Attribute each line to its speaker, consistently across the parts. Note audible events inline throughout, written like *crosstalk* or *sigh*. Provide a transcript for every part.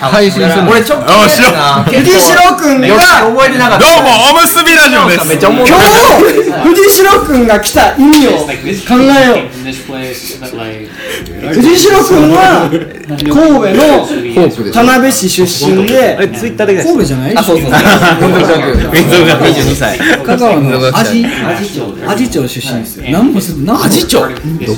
Speaker 1: 配信する
Speaker 2: 俺ちょっと気になるな
Speaker 3: 藤代くんが
Speaker 2: よく覚えてなかっ
Speaker 4: ど
Speaker 2: た
Speaker 4: うもおむすびラジオです
Speaker 2: めっちゃ思う
Speaker 4: 今日
Speaker 3: 今日藤代くんが来た意味を
Speaker 5: like this
Speaker 3: Come
Speaker 5: place
Speaker 3: on.
Speaker 5: came from this place, but like
Speaker 3: 藤代くんは神戸の
Speaker 1: フォークで
Speaker 3: 田辺市出身で
Speaker 2: ツイッターで
Speaker 3: 神戸じゃない
Speaker 2: あそうそう民族学民族学22歳
Speaker 3: 香川の阿
Speaker 1: 味
Speaker 3: 治阿治町出身ですよ何もする何も
Speaker 2: アジ町
Speaker 1: ど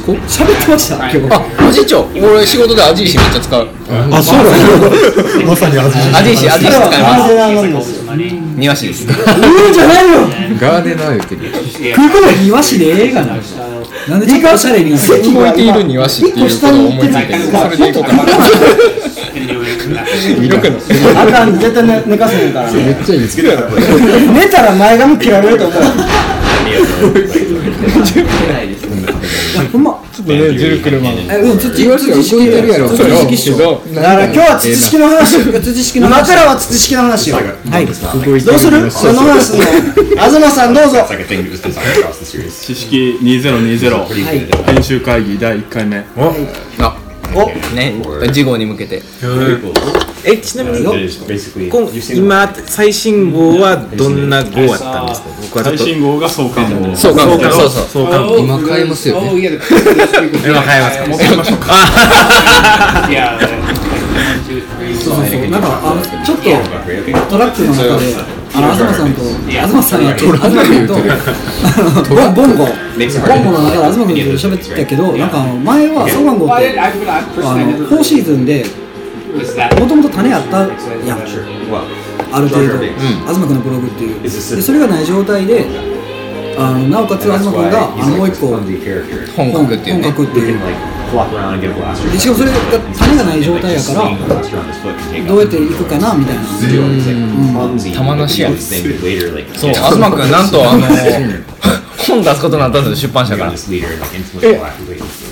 Speaker 1: こ
Speaker 3: 喋ってました今日
Speaker 2: あアジ町俺仕事でアジ石めっちゃ使う
Speaker 6: あ、そうなのまさに味
Speaker 2: アジ石アジ石
Speaker 3: 彼は
Speaker 2: 使いま
Speaker 3: ガー
Speaker 2: す
Speaker 3: デナーなんで
Speaker 5: all
Speaker 3: す
Speaker 5: this money.
Speaker 2: 庭師です
Speaker 3: うんじゃないよ
Speaker 1: ガーデナー言ってる
Speaker 3: 空港の庭師で映画なんですよなんでちょっとおしゃれに席
Speaker 2: 動いている庭師っていうことを思いついてそれでいこうかな
Speaker 5: Anyway,
Speaker 2: 色くの
Speaker 3: あかん絶対寝寝かせへんからね
Speaker 1: めっちゃいいです
Speaker 3: *laughs* 寝たら前髪切られると思うほんま
Speaker 6: ちょっとね、ジルクルマン
Speaker 3: えうん土
Speaker 1: 言わしが動いてるやろ
Speaker 3: 土式っしょ
Speaker 1: ど
Speaker 3: だから今日は土式の話を土式の話らは土式の話をはいどうするその話すんの東さんどうぞ
Speaker 4: 知識2020編集会議第1回目
Speaker 2: あね次号に向けて
Speaker 7: えちなみに今今最新号はどんな号やったんですか僕はちょっ
Speaker 4: 最
Speaker 7: と
Speaker 4: 新号が創刊号
Speaker 2: そうかそうそう
Speaker 7: そうか
Speaker 1: 今買えますよね
Speaker 5: Oh *laughs* yeah, the Christmas people.
Speaker 7: 今変えますか
Speaker 5: Yeah, like, two, three, four.
Speaker 3: なんかあのちょっとトラックの中であの東さんと東さんやって東さんとあのボンゴボンゴの中で東君と喋ってたけどなんかあの前はソガンゴっ
Speaker 5: Well, I didn't,
Speaker 3: て
Speaker 5: I, but I
Speaker 3: あ
Speaker 5: personally I
Speaker 3: の
Speaker 5: never
Speaker 3: 4シーズンで
Speaker 5: was that.
Speaker 3: もともと種あったやん
Speaker 8: Well,
Speaker 3: ある程度東君のブログっていうでそれがない状態であのなおかつ東君があのもう一個本
Speaker 8: clumsy character.
Speaker 2: 本
Speaker 3: 本
Speaker 2: 格っていうね
Speaker 3: 格っていう
Speaker 8: Flop around and get blasted.
Speaker 3: でしかもそれが種がない状態やからどうやっていくかなみたいな
Speaker 2: 玉の塩
Speaker 8: later, like,
Speaker 2: そう東君なんとあの本出すことになったんですよ出版社から
Speaker 8: this leader, like, intimately black and white.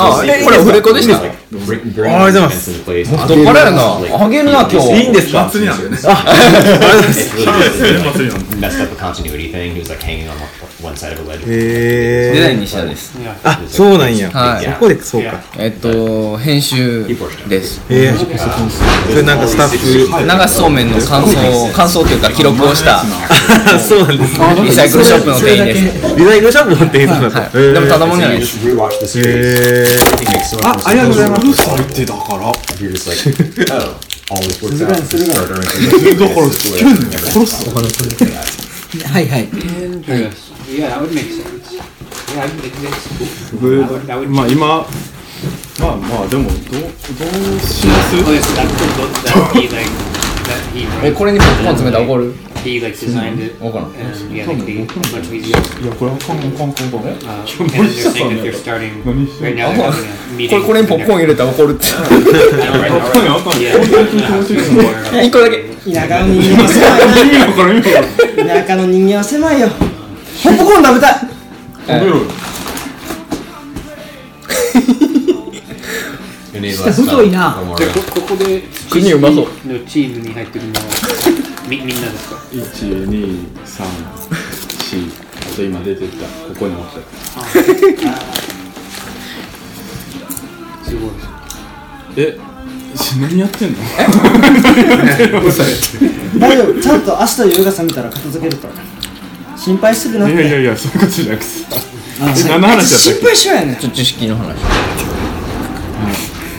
Speaker 2: あえこれフレコでしたど
Speaker 8: Bring- bring
Speaker 7: ありがとうございま
Speaker 8: this
Speaker 7: す
Speaker 8: into place.
Speaker 2: っからやなあげるな今日
Speaker 7: ですか
Speaker 4: 祭りなんだよね
Speaker 8: It's really just,
Speaker 4: 祭りなんだ
Speaker 8: like, messed up the continuity thing. He was like hanging on one side of a ledge.
Speaker 7: へ
Speaker 2: デ
Speaker 7: え
Speaker 2: ザインにしたです
Speaker 7: あ、そうなんや
Speaker 2: はい
Speaker 7: そこでそうか
Speaker 2: えっと編集です
Speaker 7: ええそれなんかスタッフ
Speaker 2: 流しそうめんの感想感想というか記録をした
Speaker 7: あそうなんですね
Speaker 2: リサイクルショップの店員です
Speaker 7: リサイクルショップの店員さんだった
Speaker 2: はいでもただもんじゃないです
Speaker 8: Just rewatch the series.
Speaker 7: ええ
Speaker 8: It makes so much
Speaker 3: あ
Speaker 8: more
Speaker 3: ありがとうございます
Speaker 4: 最低だから
Speaker 8: sense. You're just like, oh, all this works out. Start earning some- This is the way I've never-
Speaker 3: はいはい
Speaker 5: Yeah, that would make sense. Yeah, I would make sense.
Speaker 4: まあ今まあまあでもどうどうします
Speaker 5: Oh, yes, that's the book that he like that he
Speaker 2: え
Speaker 5: wrote.
Speaker 2: これにポップコーン詰めたら怒る
Speaker 5: He like designed it.
Speaker 2: 分からん
Speaker 5: And yeah, like they much easier.
Speaker 4: いやこれあかんあかんあかんあかんえ
Speaker 5: Uh, and they're saying that they're starting right now. They're having a
Speaker 2: こ
Speaker 5: meeting.
Speaker 2: れこれにポップコーン入れたら怒るって
Speaker 5: I don't know.
Speaker 4: あかんよあかんよ
Speaker 5: Yeah.
Speaker 2: 一個だけ
Speaker 3: 田舎の人間は狭い
Speaker 4: 意味わからん意味わか
Speaker 3: な田舎の人間は狭いよポップコーン食べたい
Speaker 4: らん食べろよ
Speaker 8: You need less
Speaker 3: 太い
Speaker 8: time.
Speaker 3: な
Speaker 8: No more.
Speaker 5: じゃあこここで
Speaker 2: 国うまそう
Speaker 5: のチームに入ってるのはみみんなですか
Speaker 4: 1234あと今出てきたここに落ちた
Speaker 5: すごい
Speaker 4: えし何やってんの
Speaker 3: 大丈夫ちゃんと明日夜が覚めたら片付けるから心配するなっ
Speaker 4: い
Speaker 3: て
Speaker 4: やいやいやそういうことじゃなくて
Speaker 3: あ
Speaker 4: え何の話だった
Speaker 3: 心
Speaker 4: っけ
Speaker 3: 配しようやねん
Speaker 2: ちょっと知識の話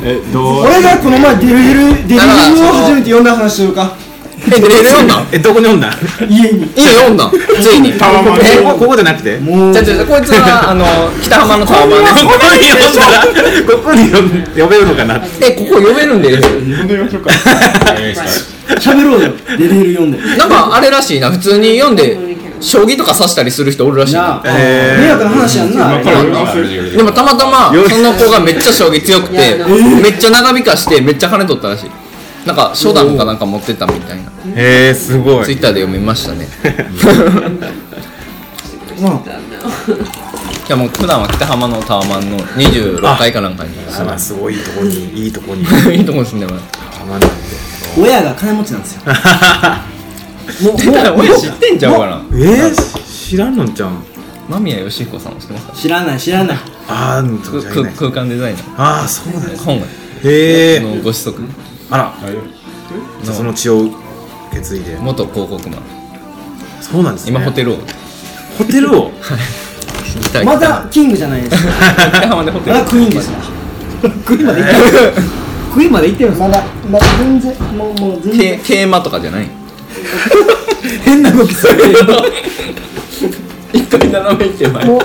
Speaker 4: えどう
Speaker 3: 俺がこの前デルデルデルデルを初めて読んだ話しようか
Speaker 2: えで読んだ
Speaker 7: え、どこにおんなん
Speaker 3: 家に
Speaker 2: 今読んだついに
Speaker 4: タワマン
Speaker 7: え、
Speaker 4: で
Speaker 7: ここじゃなくてもう
Speaker 2: じゃじゃこいつはあの北浜のタワマン
Speaker 7: ここに呼んだらここに呼ん呼べるのかなって
Speaker 2: *laughs* ですえここ読めるんです
Speaker 4: 日本で言いましょうか
Speaker 3: 喋ろうよデルデル読んで
Speaker 2: なんかあれらしいな普通に読んで将棋とか指したりする人おるらしいな
Speaker 3: なあ迷惑な話やんなあれ
Speaker 4: これ読みます
Speaker 8: Earlier, earlier.
Speaker 2: でもたまたまその子がめっちゃ将棋強くてめっちゃ長引かしてめっちゃ金取ったらしいなんか初段かなんか持ってたみたいな
Speaker 7: へえ、すご
Speaker 2: ツイ
Speaker 7: い
Speaker 2: ッターで読みましたね *laughs* いやもう普段は北浜のタワマンの26階かなんかに
Speaker 7: あら、すごいいいとこに、いいとこに
Speaker 2: いいとこに住んでます
Speaker 7: たまんない
Speaker 3: 親が金持ちなんですよもうもう
Speaker 2: 俺知ってんちゃうかな
Speaker 7: *laughs* えー、知らんのんちゃん
Speaker 2: 間宮義彦さんも知ってますか
Speaker 3: 知らない知らない
Speaker 7: あー、うん、そうじゃ
Speaker 2: 空
Speaker 7: ない
Speaker 2: 空間デザイナー
Speaker 7: あー、そうなんだ
Speaker 2: 本
Speaker 7: へえ
Speaker 2: のご子息
Speaker 7: あらじゃあその血を受け継いで
Speaker 2: 元広告マン
Speaker 7: そうなんですね
Speaker 2: 今ホテル王
Speaker 7: ホテルを
Speaker 2: 北
Speaker 3: まだキングじゃないです。
Speaker 2: 北浜でホテ
Speaker 3: ま
Speaker 2: ル
Speaker 3: だクイーンですわ。クイーンまで行ってる。クイーンまで行ってるんです
Speaker 9: まだまだ全然もうもう全然
Speaker 2: け桂馬とかじゃない
Speaker 3: 変な動きする。
Speaker 2: *laughs* 一回斜め行けば
Speaker 9: もう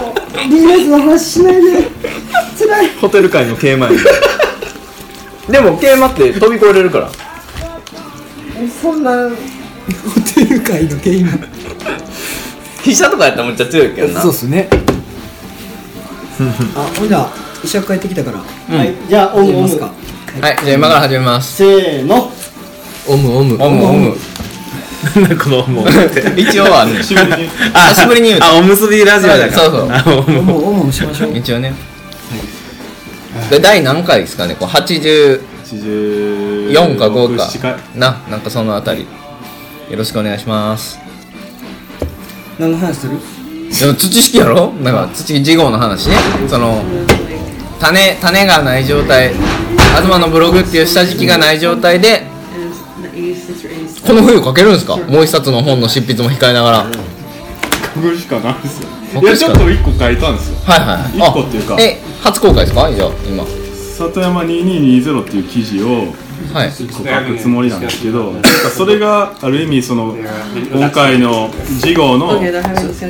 Speaker 9: ビジネスの話しないで辛い
Speaker 2: ホテル界の桂馬やでも桂馬って飛び越えれるから
Speaker 3: *laughs*
Speaker 9: そんなん
Speaker 3: ホテル界のゲーム。
Speaker 2: 飛車とかやったらめっちゃ強いけどな
Speaker 3: そうっすね。あ、ほんじゃ、医者帰ってきたから。
Speaker 9: はいじゃあオ
Speaker 3: 行
Speaker 9: ム
Speaker 3: き
Speaker 9: オム
Speaker 3: ます
Speaker 1: *laughs*
Speaker 3: か。
Speaker 2: はいじゃあ今から始めます
Speaker 9: せーの
Speaker 1: オムオム。
Speaker 2: オムオム
Speaker 7: *laughs* なんかこのもう
Speaker 2: *laughs* 一応は
Speaker 7: *laughs*
Speaker 2: ねあ久しぶりに言うた
Speaker 7: あおむすびラジオだから
Speaker 2: そうそう
Speaker 7: あおむ
Speaker 3: もう、もうしましょう。
Speaker 2: 一応ねで第何回ですかねこう80
Speaker 4: 84
Speaker 2: 4か5
Speaker 4: 7回
Speaker 2: かななんかそのあたりよろしくお願いします
Speaker 3: 何の話する
Speaker 2: でも土式やろなんか土式事業の話ねその種種がない状態東のブログっていう下敷きがない状態でこの冬書けるんですかもう一冊の本の執筆も控えながらはい
Speaker 4: 僕しかないですよい
Speaker 2: 僕
Speaker 4: や
Speaker 2: し
Speaker 4: ち
Speaker 2: か
Speaker 4: ょっと一個書いたんですよ
Speaker 2: はいはい
Speaker 4: 一個っていうか
Speaker 2: あえ初公開ですかじゃあ今
Speaker 4: 里山2220っていう記事を
Speaker 2: はい
Speaker 4: 書くつもりなんですけどなんかそれがある意味その今回の事業の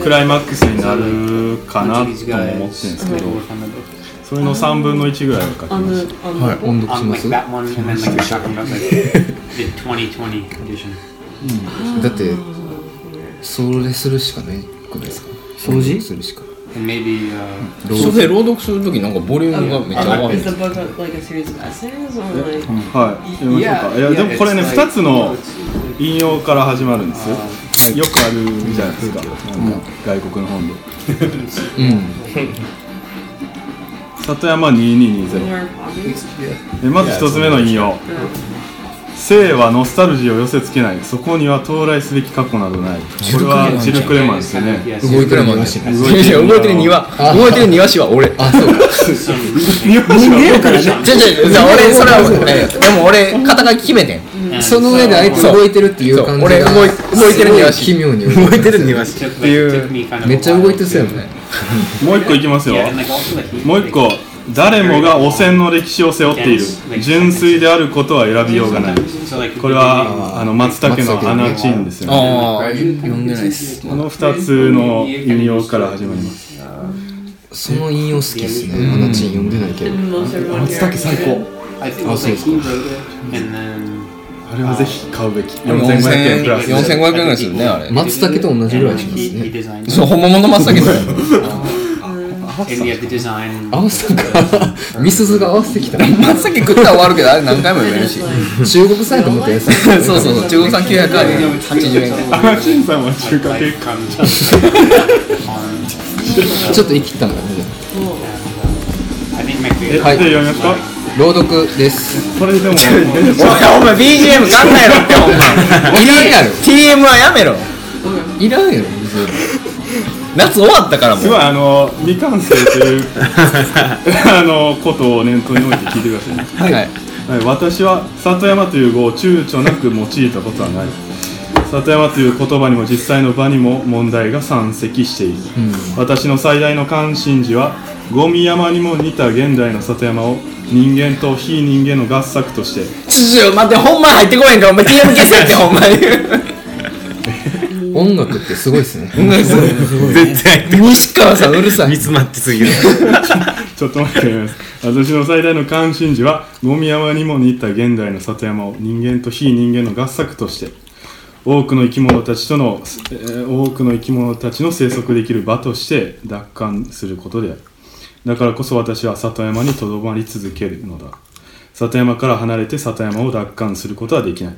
Speaker 4: クライマックスになるかなとも思ってるんですけどそれの3分の1ぐらいを書きました
Speaker 1: はい、音読し
Speaker 5: On
Speaker 1: ま
Speaker 5: like
Speaker 1: す。だ
Speaker 5: that one, and then like the Shaka Maka, the 2020 edition.
Speaker 1: って、それするしかないくないですか
Speaker 3: 掃除
Speaker 1: するしかない。
Speaker 5: And maybe, uh,
Speaker 2: それ朗読するときなんかボリュームがめっちゃ上がる
Speaker 10: Is the book like a series of essays or like?
Speaker 4: はい読みましょうかいや
Speaker 5: yeah,
Speaker 4: でもこれね
Speaker 5: it's
Speaker 4: 2
Speaker 5: like-
Speaker 4: つの引用から始まるんですよよくあるじゃないですかなんか外国の本で里山2220
Speaker 10: More hobbies?
Speaker 4: えまず一つ目の引用生はノスタルジーを寄せつけないそこには到来すべき過去などないこれはジルクレマンですよね
Speaker 5: Yes,
Speaker 1: 動いてるもん
Speaker 2: い
Speaker 1: ね。
Speaker 2: やいや動いてる庭動いてる庭師は俺
Speaker 1: あ、そうか。
Speaker 3: 人間やからね。
Speaker 2: じゃじゃじゃ俺それ
Speaker 4: *laughs*
Speaker 2: は俺でも俺肩書き決めてん
Speaker 1: その上で相手動いてるっていう感じが
Speaker 2: そう俺動い動いてる庭師
Speaker 1: すごい奇妙に
Speaker 7: 燃えてる庭師
Speaker 5: took, like, took me kind of
Speaker 1: めっちゃ動い
Speaker 5: a
Speaker 1: てそうやもんね
Speaker 4: もう一個いきますよ
Speaker 5: while. Yeah, and like also the heat.
Speaker 4: もう一個誰もが汚染の歴史を背負っている純粋であることは選びようがない
Speaker 5: So like
Speaker 4: これはあの松茸の穴チンですよね
Speaker 2: ああ読んでないっす
Speaker 4: この2つの引用から始まります
Speaker 1: その引用好きっすねアナチン読んでないけど
Speaker 10: And most everyone here.
Speaker 1: 最高
Speaker 5: I think it was like he wrote it, and then
Speaker 4: あれはぜひ買うべき4500円プラス
Speaker 2: 4500円ぐらいするねあれ
Speaker 1: 松茸と同じぐらい
Speaker 5: like
Speaker 1: します
Speaker 5: he, he
Speaker 1: ね *laughs*
Speaker 5: designed
Speaker 2: そう本物の松茸だよ
Speaker 5: it, and we have the design.
Speaker 1: 合わせたかみすずが合わせてきた
Speaker 2: 松茸食ったら終わるけどあれ何回も読めるし
Speaker 1: 中国産やと思ったやつ
Speaker 2: そうそうそう中国産980円
Speaker 4: アナ
Speaker 1: *laughs*
Speaker 4: チンさんは中華系
Speaker 5: Like,
Speaker 4: か
Speaker 5: um, on,
Speaker 1: ちょっと言い切ったんだね
Speaker 5: I think my favorite.
Speaker 4: えで読みますか
Speaker 1: 朗読です
Speaker 4: これでも
Speaker 2: お前 BGM 考えろってほんま
Speaker 1: いらんやろ
Speaker 2: TM はやめろ
Speaker 1: いらんやろ別に
Speaker 2: 夏終わったからもう
Speaker 4: すごいあの未完成と
Speaker 2: *laughs*
Speaker 4: いうあのことを念頭に置いて聞いてくださいね
Speaker 2: はい
Speaker 4: はい、私は里山という語を躊躇なく用いたことはない里山という言葉にも実際の場にも問題が山積している、私の最大の関心事はゴミ山にも似た現代の里山を人間と非人間の合作として
Speaker 2: ちょ待ってほんま入ってこないんからお前 TM 消せってほんまに
Speaker 1: 音楽ってすごいっすね
Speaker 7: 絶対
Speaker 2: 西川さんうるさい
Speaker 7: 煮詰まってすぎる
Speaker 4: ちょっと待ってください私の最大の関心事はゴミ山にも似た現代の里山を人間と非人間の合作として多くの生き物たちとの、えー多くの生き物たちの生息できる場として奪還することであるだからこそ私は里山にとどまり続けるのだ里山から離れて里山を奪還することはできない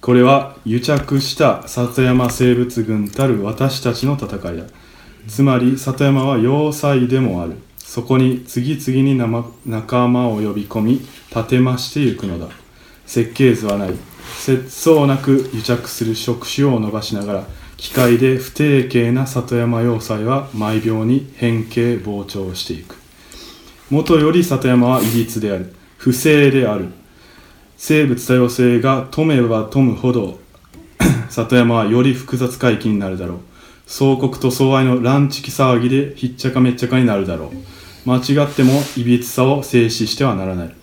Speaker 4: これは癒着した里山生物群たる私たちの戦いだつまり里山は要塞でもあるそこに次々に生仲間を呼び込み立て増してゆくのだ設計図はない節操なく癒着する触手を伸ばしながら機械で不定形な里山要塞は毎秒に変形膨張していく元より里山はいびつである不正である生物多様性が富めば富むほど里山はより複雑回帰になるだろう相国と相愛の乱痴気騒ぎでひっちゃかめっちゃかになるだろう間違ってもいびつさを制止してはならない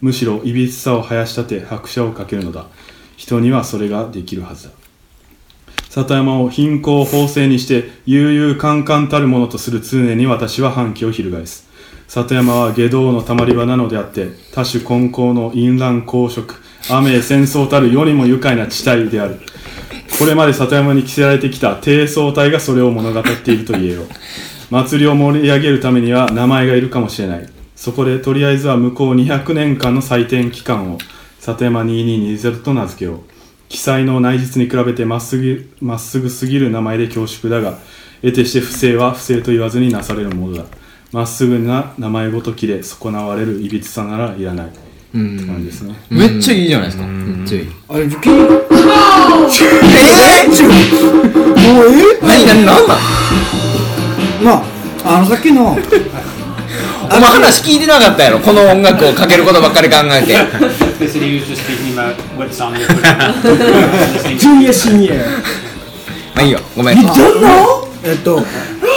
Speaker 4: むしろいびつさを生やし立て拍車をかけるのだ人にはそれができるはずだ里山を貧困法制にして悠々侃々たるものとする常に私は反旗を翻す里山は下道のたまり場なのであって多種混交の淫乱公職雨戦争たる世にも愉快な地帯であるこれまで里山に着せられてきた低層体がそれを物語っていると言えよう祭りを盛り上げるためには名前がいるかもしれないそこでとりあえずは向こう200年間の祭典期間を里山2220と名付けよう記載の内実に比べてまっすぐまっすぐすぎる名前で恐縮だが得てして不正は不正と言わずになされるものだまっすぐな名前ごときで損なわれるいびつさならいらないって感じですね
Speaker 2: めっちゃいいじゃないですか。めっちゃいい。
Speaker 3: あれ、受験もう
Speaker 2: え
Speaker 3: え
Speaker 2: ー、何何何なん
Speaker 3: まあ、あのさっきの、
Speaker 2: お前話聞いてなかったやろこの音楽をかけることばっかり考えて
Speaker 5: Basically, he was just speaking about what song they put
Speaker 1: *laughs*
Speaker 5: on.
Speaker 3: ジュニアシニア。
Speaker 2: まあいいよごめん
Speaker 3: どんなえっと、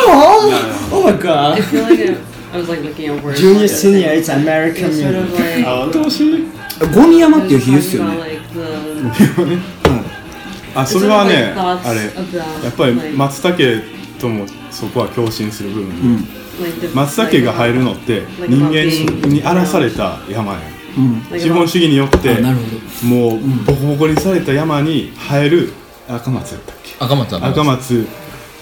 Speaker 9: Oh my
Speaker 10: I
Speaker 9: god.
Speaker 10: feel like I, I was like looking at words.
Speaker 9: Junior,
Speaker 10: like,
Speaker 9: senior, it's
Speaker 10: It was
Speaker 9: American
Speaker 10: sort of
Speaker 9: music.
Speaker 4: *laughs*
Speaker 10: like. Oh,
Speaker 3: ゴニ山っていう比喩っすよね。
Speaker 10: Like
Speaker 4: *laughs*
Speaker 10: the,
Speaker 4: あそれはね
Speaker 10: It's sort of like thoughts
Speaker 4: あれ
Speaker 10: about,
Speaker 4: やっぱり
Speaker 10: like-
Speaker 4: 松茸ともそこは共振する部分、
Speaker 10: like the
Speaker 4: 松茸が入るのって人間に荒らされた山や
Speaker 10: ん
Speaker 4: 資本主義によって
Speaker 3: あなるほど。
Speaker 4: もうボコボコにされた山に生える赤松やったっけ
Speaker 2: 赤松だな
Speaker 4: 赤松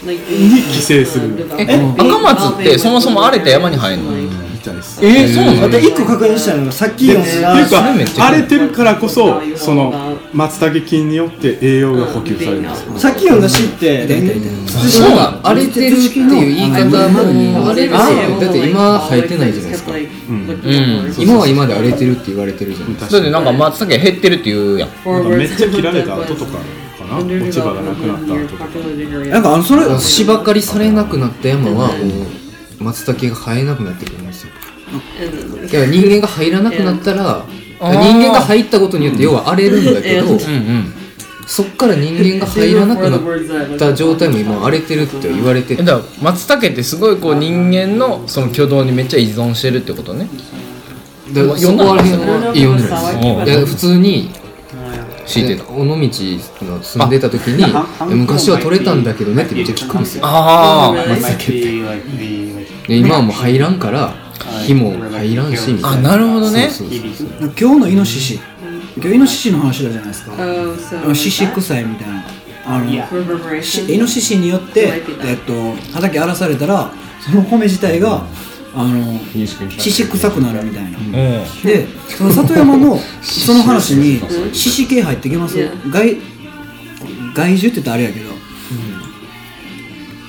Speaker 10: Like,
Speaker 4: に寄生する
Speaker 2: え赤松ってそもそも荒れた山に生えんの
Speaker 4: みたいです
Speaker 2: えー、そうな
Speaker 3: あ
Speaker 2: の
Speaker 3: と一個確認したいのが、さっき
Speaker 4: で
Speaker 3: の
Speaker 4: っていう
Speaker 3: が、
Speaker 4: か
Speaker 2: めっちゃ
Speaker 4: 荒れてるからこそその松茸菌によって栄養が補給されるんですよ
Speaker 3: さっきのだしって、
Speaker 2: そうなの
Speaker 1: 荒れてるっていう言い方もあれるしだって今生えてないじゃないですか
Speaker 2: うん
Speaker 1: 今は今で荒れてるって言われてるじゃないです
Speaker 2: だってなんか松茸減ってるって言うやん
Speaker 4: なんかめっちゃ切られた後とかかな落ち葉がなくなった後とか
Speaker 3: なんかあの、それ、
Speaker 1: か芝刈りされなくなった山はこう松茸が生えなくなってくるんですよだから人間が入らなくなったら人間が入ったことによって要は荒れるんだけど
Speaker 2: うんうん
Speaker 1: そっから人間が入らなくなった状態も今荒れてるって言われて
Speaker 2: え
Speaker 1: て
Speaker 2: だから松茸ってすごいこう人間のその挙動にめっちゃ依存してるってことね
Speaker 1: だからそこら辺はいいよねいや普通に
Speaker 2: 敷いてた
Speaker 1: 尾道の住んでた時に
Speaker 5: あ
Speaker 1: いや昔は取れたんだけどねってめっちゃ聞くんですよ
Speaker 2: ああ
Speaker 5: It might be like the like
Speaker 1: で今はもう入らんから火も入らんしみたい
Speaker 2: あ
Speaker 1: な
Speaker 2: なるほどね
Speaker 1: そうそうそう
Speaker 5: TV.
Speaker 3: 今日のイノシシ。今日イノシシの話だじゃないですか。
Speaker 10: Oh,
Speaker 3: あの
Speaker 10: so.
Speaker 3: シシ臭いみたいな。あの、
Speaker 5: Yeah.
Speaker 3: し
Speaker 10: Reverberation.
Speaker 3: イノシシによって、えっと、畑荒らされたらその米自体があのシシ臭くなるみたいな、
Speaker 2: うん
Speaker 3: でその里山
Speaker 1: *laughs*
Speaker 3: のその話にシシ系入ってきます
Speaker 10: うん
Speaker 3: 害害獣って言ったらあれやけど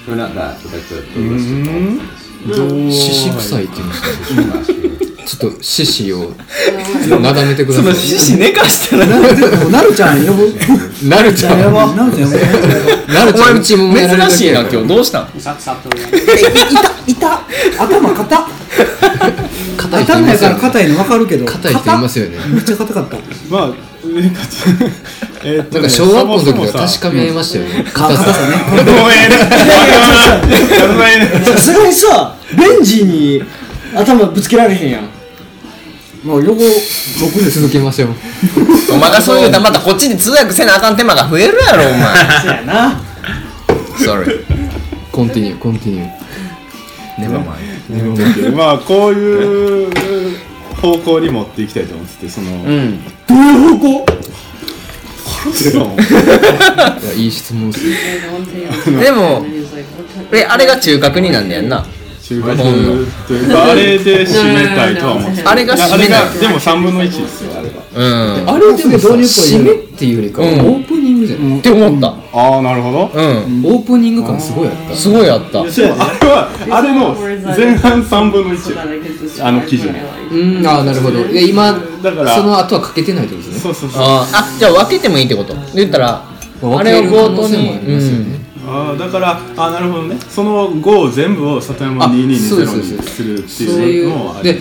Speaker 8: No, not that, but like the, the list of all the things.
Speaker 1: 獅子臭いって言うん
Speaker 2: *laughs*
Speaker 1: ですよちょっと獅子をなだめてください
Speaker 2: 寝かしたら
Speaker 3: なるなるちゃん呼ぶ
Speaker 1: なるちゃん
Speaker 3: やばなるちゃん呼ぶ
Speaker 1: なるちゃんうちもやられる
Speaker 2: 珍しいな今日どうしたん
Speaker 5: Sa- Sato.
Speaker 3: いた *laughs* 頭硬っ
Speaker 1: 硬い人い
Speaker 3: 頭
Speaker 1: ま
Speaker 3: や
Speaker 1: す
Speaker 3: か
Speaker 1: よ
Speaker 3: ら
Speaker 1: ね
Speaker 3: 硬いの分かるけど
Speaker 1: 硬い人いますよね
Speaker 3: めっちゃ硬かった
Speaker 4: まあえかつえっと
Speaker 1: な
Speaker 4: ね
Speaker 1: んか小学校の時とか
Speaker 4: そも
Speaker 1: 確
Speaker 4: そもさ
Speaker 1: かめましたよね
Speaker 3: 硬
Speaker 1: 硬
Speaker 3: さ
Speaker 1: さ
Speaker 3: ね
Speaker 4: ごめんねごめんね
Speaker 9: さすがにさレンジに頭ぶつけられへんやん
Speaker 3: もう横
Speaker 1: 僕で続けましょう
Speaker 2: お前がそう言うたらまたこっちで通訳せなあかん手間が増えるやろお
Speaker 9: そう
Speaker 2: 前
Speaker 9: やな
Speaker 2: Sorry
Speaker 1: コンティニューコンティニュー
Speaker 2: Never mind
Speaker 4: まあこういう方向に持っていきたいと思っててその、
Speaker 2: うん
Speaker 1: いやいい質問ですね
Speaker 10: And one thing I was
Speaker 2: でも
Speaker 10: and he was like, what kind-
Speaker 2: えあれが中核になんねやんな
Speaker 4: 中華風というかあれで締めたいとは思って
Speaker 2: あれが締めない
Speaker 4: あれがでも3分の1ですよあれは
Speaker 2: うん
Speaker 1: あれでもさ
Speaker 3: もうす
Speaker 1: 締め
Speaker 3: ぐ導入っぽいよね
Speaker 1: っていうよりかは
Speaker 2: う
Speaker 1: オ
Speaker 2: ん
Speaker 1: ープニングじゃない
Speaker 2: って思った
Speaker 4: ああなるほど
Speaker 2: うん
Speaker 1: オープニング感すごいあった
Speaker 2: すごいあった
Speaker 4: でもあれはあれの前半3分の
Speaker 10: so
Speaker 4: 1
Speaker 10: that I could describe
Speaker 4: あの記事
Speaker 10: what
Speaker 4: ね
Speaker 1: う
Speaker 10: I
Speaker 1: ん
Speaker 10: like.
Speaker 1: ああなるほどで今
Speaker 4: だから
Speaker 1: その後はかけてないってことです
Speaker 4: そ
Speaker 1: ね
Speaker 4: うそうそう
Speaker 2: あーあじゃあ分けてもいいってこと言ったら
Speaker 1: ま
Speaker 2: あ
Speaker 1: 分
Speaker 2: れを
Speaker 1: ける可
Speaker 2: 冒
Speaker 1: 能
Speaker 2: 頭
Speaker 1: 性
Speaker 2: に
Speaker 1: もありますよね
Speaker 4: ああだからああなるほどねその5を全部を里山
Speaker 1: あそうですそう
Speaker 4: 2220に
Speaker 1: です
Speaker 4: るって
Speaker 1: そう
Speaker 4: い
Speaker 1: いう
Speaker 4: のを
Speaker 1: うで、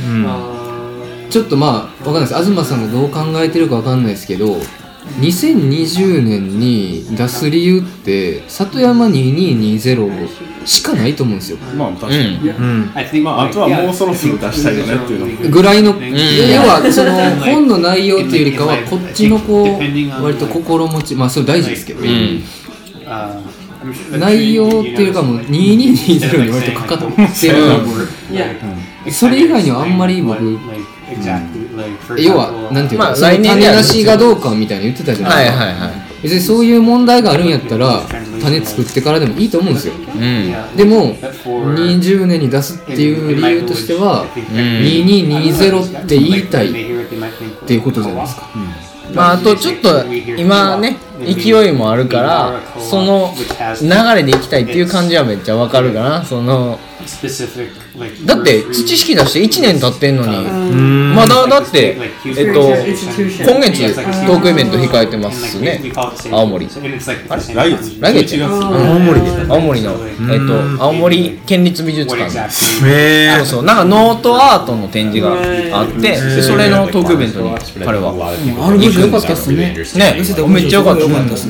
Speaker 1: ちょっとまあわかんないです東さんがどう考えてるかわかんないですけど2020年に出す理由って里山2220しかないと思うんですよ
Speaker 4: まあ確かに、まあ、あとはもうそろそろ出したいよねっていうの
Speaker 1: ぐらいの、要はその本の内容っていうよりかはこっちのこう割と心持ちまあそれ大事ですけど、内容っていうかもう2220に割とかかってる、 *laughs* それ以外にはあんまり僕、要はなんていうか、
Speaker 2: まあ
Speaker 1: その
Speaker 2: 来年
Speaker 1: 種
Speaker 2: でやる
Speaker 1: なしがどうかみたいに言ってたじゃないですか、
Speaker 2: はいはいはい
Speaker 1: 別にそういう問題があるんやったら種作ってからでもいいと思うんですよ、でも20年に出すっていう理由としては、2220って言いたいっていうことじゃないですか、
Speaker 2: まあ、あとちょっと今ね勢いもあるからその流れでいきたいっていう感じはめっちゃわかるかなそのだって土式出して1年経ってんのにまだだってえっと今月トークイベント控えてますね青森あれ
Speaker 4: 来月
Speaker 2: 来月や
Speaker 4: 11
Speaker 2: 青森で青森のえっと青森県立美術館へえそうなんかノートアートの展示があってでそれのトークイベントに彼は
Speaker 3: あの文章良かったっすね。
Speaker 2: ね、めっちゃ良かった。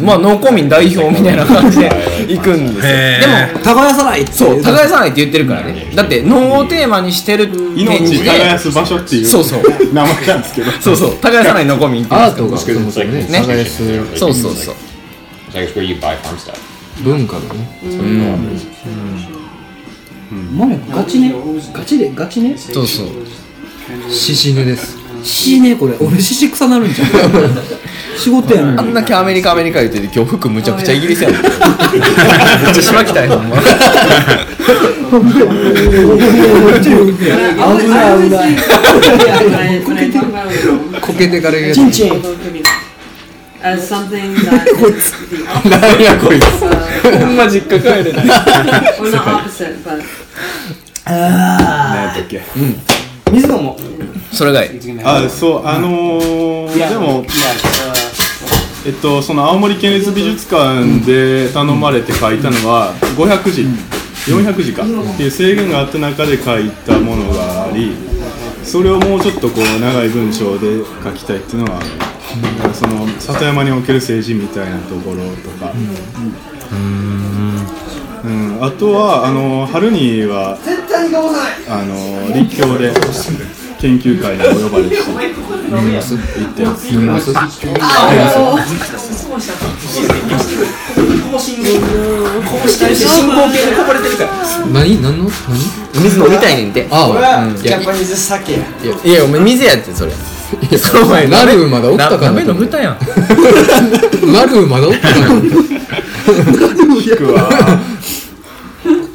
Speaker 2: まあ、農工民代表みたいな感じで行くんですよ。でも、
Speaker 3: 耕さないって
Speaker 2: そう、耕さないって言ってるからね。だって、農をテーマにしてる展
Speaker 4: 命
Speaker 2: 示で、
Speaker 4: 耕す場所っていう
Speaker 2: そうそう
Speaker 4: 名前なんですけど
Speaker 2: そうそう、耕さない農工民って言
Speaker 1: ア
Speaker 2: うん
Speaker 1: ートが
Speaker 2: です
Speaker 1: そもそもね
Speaker 2: ね
Speaker 1: 耕す
Speaker 2: けど。そうそうそう。
Speaker 8: Like it's where you buy farm stuff.
Speaker 1: 文化がね、
Speaker 3: マモガチね。ガチでガチね。
Speaker 2: そうそう。
Speaker 1: 獅子ぬです
Speaker 3: しねこれ。俺しし草なるんじゃん。仕事や
Speaker 2: あ
Speaker 3: な。
Speaker 2: んだけアメリカ、アメリカ言ってて、今日服むちゃくちゃイギリ *laughs* スやもん。めっちゃしまきたい、ほんま。
Speaker 10: I always, I always think of it when I talk about it
Speaker 1: こけてから言うやつ
Speaker 3: チンチン。
Speaker 10: as something that is the opposite,
Speaker 2: なんやこいつ。ほんま実家帰れない。
Speaker 10: or not opposite, but
Speaker 4: 何やったっけ
Speaker 3: 水野も。
Speaker 2: *laughs* それがいい。
Speaker 4: あそうあのーでもえっとその青森県立美術館で頼まれて書いたのは500字、400字かっていう制限があった中で書いたものがありそれをもうちょっとこう長い文章で書きたいっていうのはなんかその里山における政治みたいなところとか。うんあとはあの春にはあの立教で研究会にも呼ばれて行ってます
Speaker 1: 読みます何何の何
Speaker 2: 水飲みたいねんて。
Speaker 1: ああ
Speaker 2: いや、
Speaker 3: ニーズ酒や。
Speaker 2: いやお前水やって、それ。その前
Speaker 1: ラルーマがおったかな
Speaker 2: 鍋の豚やん。
Speaker 1: ラルーマがおったかな
Speaker 4: 聞くわ
Speaker 1: *laughs*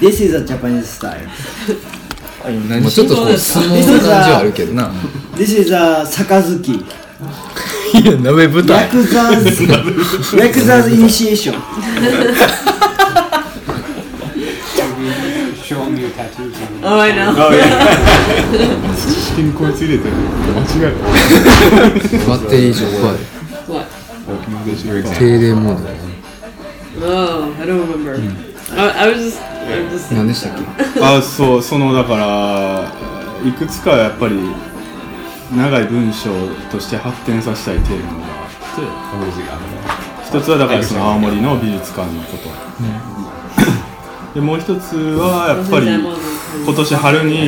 Speaker 3: This is a Japanese style.
Speaker 1: まあちょっとこう相撲の感じはあるけどな
Speaker 3: This is a 杯。
Speaker 2: いや、鍋豚
Speaker 3: ヤクザーズ、ヤクザーズイニシエーション。
Speaker 10: oh, I know.
Speaker 4: 知識にこいつ入れてる間違え
Speaker 1: バッテリー10パ
Speaker 10: What?
Speaker 1: ー停電モード
Speaker 10: Oh, I don't remember. I, I was just, I was just
Speaker 1: 何でしたっけ
Speaker 4: たあそうそのだからいくつかやっぱり長い文章として発展させたいテーマがあって一つはだからその青森の美術館のこと、でもう一つはやっぱり
Speaker 10: example of
Speaker 4: 今年春に、え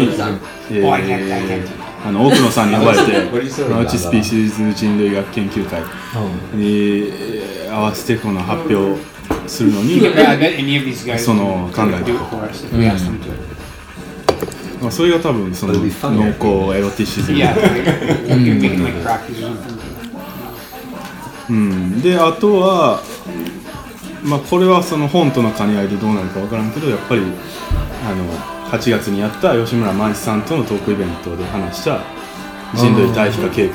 Speaker 4: ー、あの奥野さんに呼ば *laughs* れてマルチスピーシーズ人類学研究会にえー合わせてこの発表するのに、その考えた、まあ、それが多分その濃厚エロティシズム、うん、であとは、まあ、これはその本との兼ね合いでどうなるかわからんけどやっぱりあの8月にやった吉村万一さんとのトークイベントで話した人類対比化計画、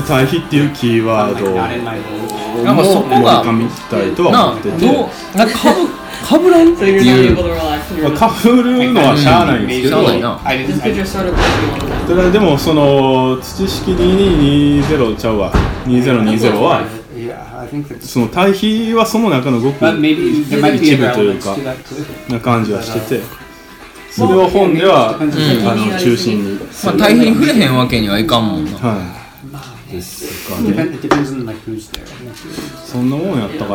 Speaker 4: で対比っていうキーワードを
Speaker 2: なんかそこ
Speaker 4: 盛り
Speaker 2: が
Speaker 4: 込、みたいと
Speaker 2: な
Speaker 4: は
Speaker 2: あ、
Speaker 4: 思って
Speaker 2: どう
Speaker 4: て。、
Speaker 2: なんかかぶ、かぶらん
Speaker 10: So you're not able to relax. and You're
Speaker 4: か
Speaker 10: not,
Speaker 4: ぶるのはしゃあないんですけど、
Speaker 2: ないな。
Speaker 10: just because you're sort of like, you know,
Speaker 4: ただでもその土式2220ちゃうわ2020はその対比はその中のごく
Speaker 5: But maybe there might be a relevance to that too.
Speaker 4: な感じはしててそれを本では、あの中心に、
Speaker 2: まあ、大変触れへんわけにはいかんもんな
Speaker 4: はいですかねそんなもんやったか